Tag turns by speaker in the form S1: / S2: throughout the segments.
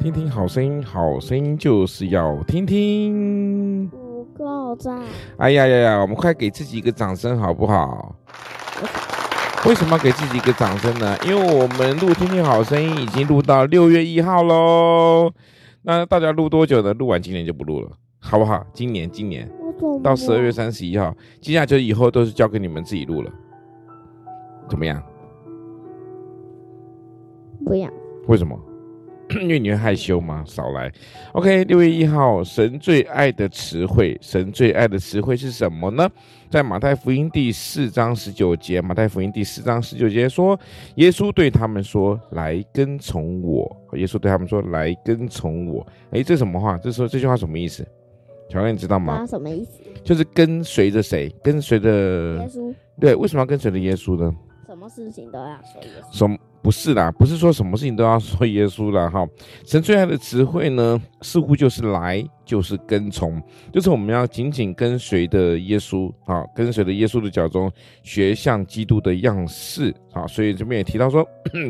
S1: 听听好声音，好声音就是要听听。
S2: 不够赞，
S1: 哎呀呀呀，我们快给自己一个掌声好不好？为什么要给自己一个掌声呢？因为我们录《听听好声音》已经录到六月一号喽。那大家录多久呢？录完今年就不录了，好不好？今年今年
S2: 我总
S1: 到十二月三十一号，接下来就以后都是交给你们自己录了，怎么样？
S2: 不要，
S1: 为什么？ 因为你会害羞吗？少来。OK，六月一号，神最爱的词汇，神最爱的词汇是什么呢？在马太福音第四章十九节，马太福音第四章十九节说，耶稣对他们说：“来跟从我。”耶稣对他们说：“来跟从我。”诶，这什么话？这说这句话什么意思？小亮，你知道吗？
S2: 那什么意思？
S1: 就是跟随着谁？跟随
S2: 耶
S1: 着
S2: 稣
S1: 对，为什么要跟随着耶稣呢？
S2: 什么事情都要说耶稣，
S1: 什么不是啦，不是说什么事情都要说耶稣啦 哈。神最爱的词汇呢，似乎就是来，就是跟从，就是我们要紧紧跟随的耶稣啊，跟随着耶稣的脚中学像基督的样式啊。所以这边也提到说。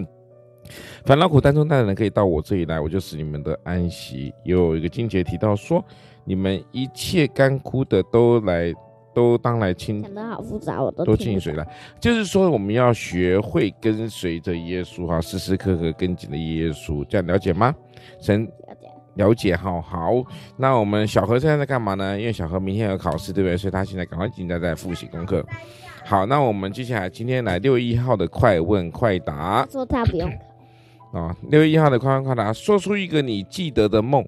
S1: 烦劳苦担重担的人可以到我这里来，我就使你们的安息。也有一个经节提到说，你们一切干枯的都来，都当来亲
S2: 讲的好复杂，我都
S1: 都
S2: 听
S1: 进
S2: 不
S1: 水
S2: 懂
S1: 了。就是说，我们要学会跟随着耶稣哈，时时刻刻跟紧的耶稣，这样了解吗？神
S2: 了解
S1: 了解哈，好。那我们小何现在在干嘛呢？因为小何明天有考试，对不对？所以他现在赶快紧张在复习功课。好，那我们接下来今天来六月一号的快问快答
S2: 他说他不用
S1: 啊，六月一号的快问快答，说出一个你记得的梦。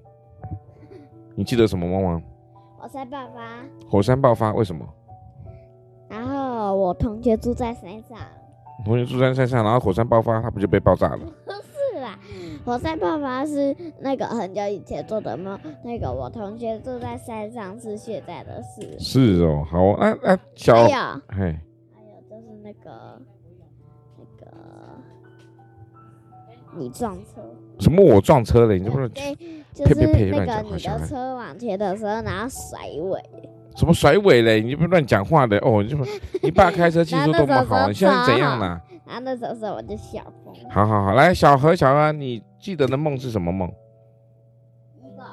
S1: 你记得什么梦吗？
S2: 我在爸爸，
S1: 火山爆发为什么？
S2: 然后我同学住在山上，
S1: 同学住在山上，然后火山爆发，他不就被爆炸了？
S2: 是啦，我在爸爸是那个很久以前做的梦，那个我同学住在山上是现在的事，哎
S1: 是哦，好，那、那、小
S2: 还有。
S1: 嘿，
S2: 还有哎就是那个那个，你撞车，
S1: 什么？我撞车了，你这不是
S2: 对，就是
S1: 呸呸
S2: 那
S1: 乱讲
S2: 个
S1: 话
S2: 你
S1: 小孩
S2: 的车往前的时候，然后甩尾，
S1: 什么甩尾嘞？你这不是乱讲话的哦！你这不，你爸开车技术多么好啊，你现在是怎样啦？
S2: 然后那时候我就笑疯了。
S1: 好好好，来，小何，小何，你记得的梦是什么梦？
S2: 一个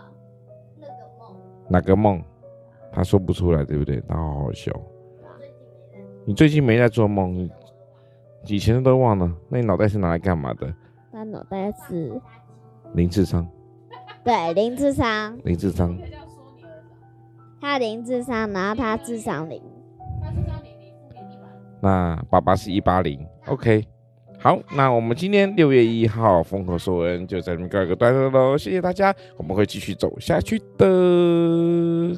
S2: 那个梦，
S1: 哪个梦？他说不出来，对不对？他好好笑。你最近没在做梦，你以前的都忘了，那你脑袋是拿来干嘛的？
S2: 那脑袋是
S1: 零智商，
S2: 对零智商，
S1: 零智商，
S2: 他零智商，然后他智商零，
S1: 那爸爸是一八零，OK。好，那我们今天六月一号风口收恩就在这边告一个段落喽，谢谢大家，我们会继续走下去的。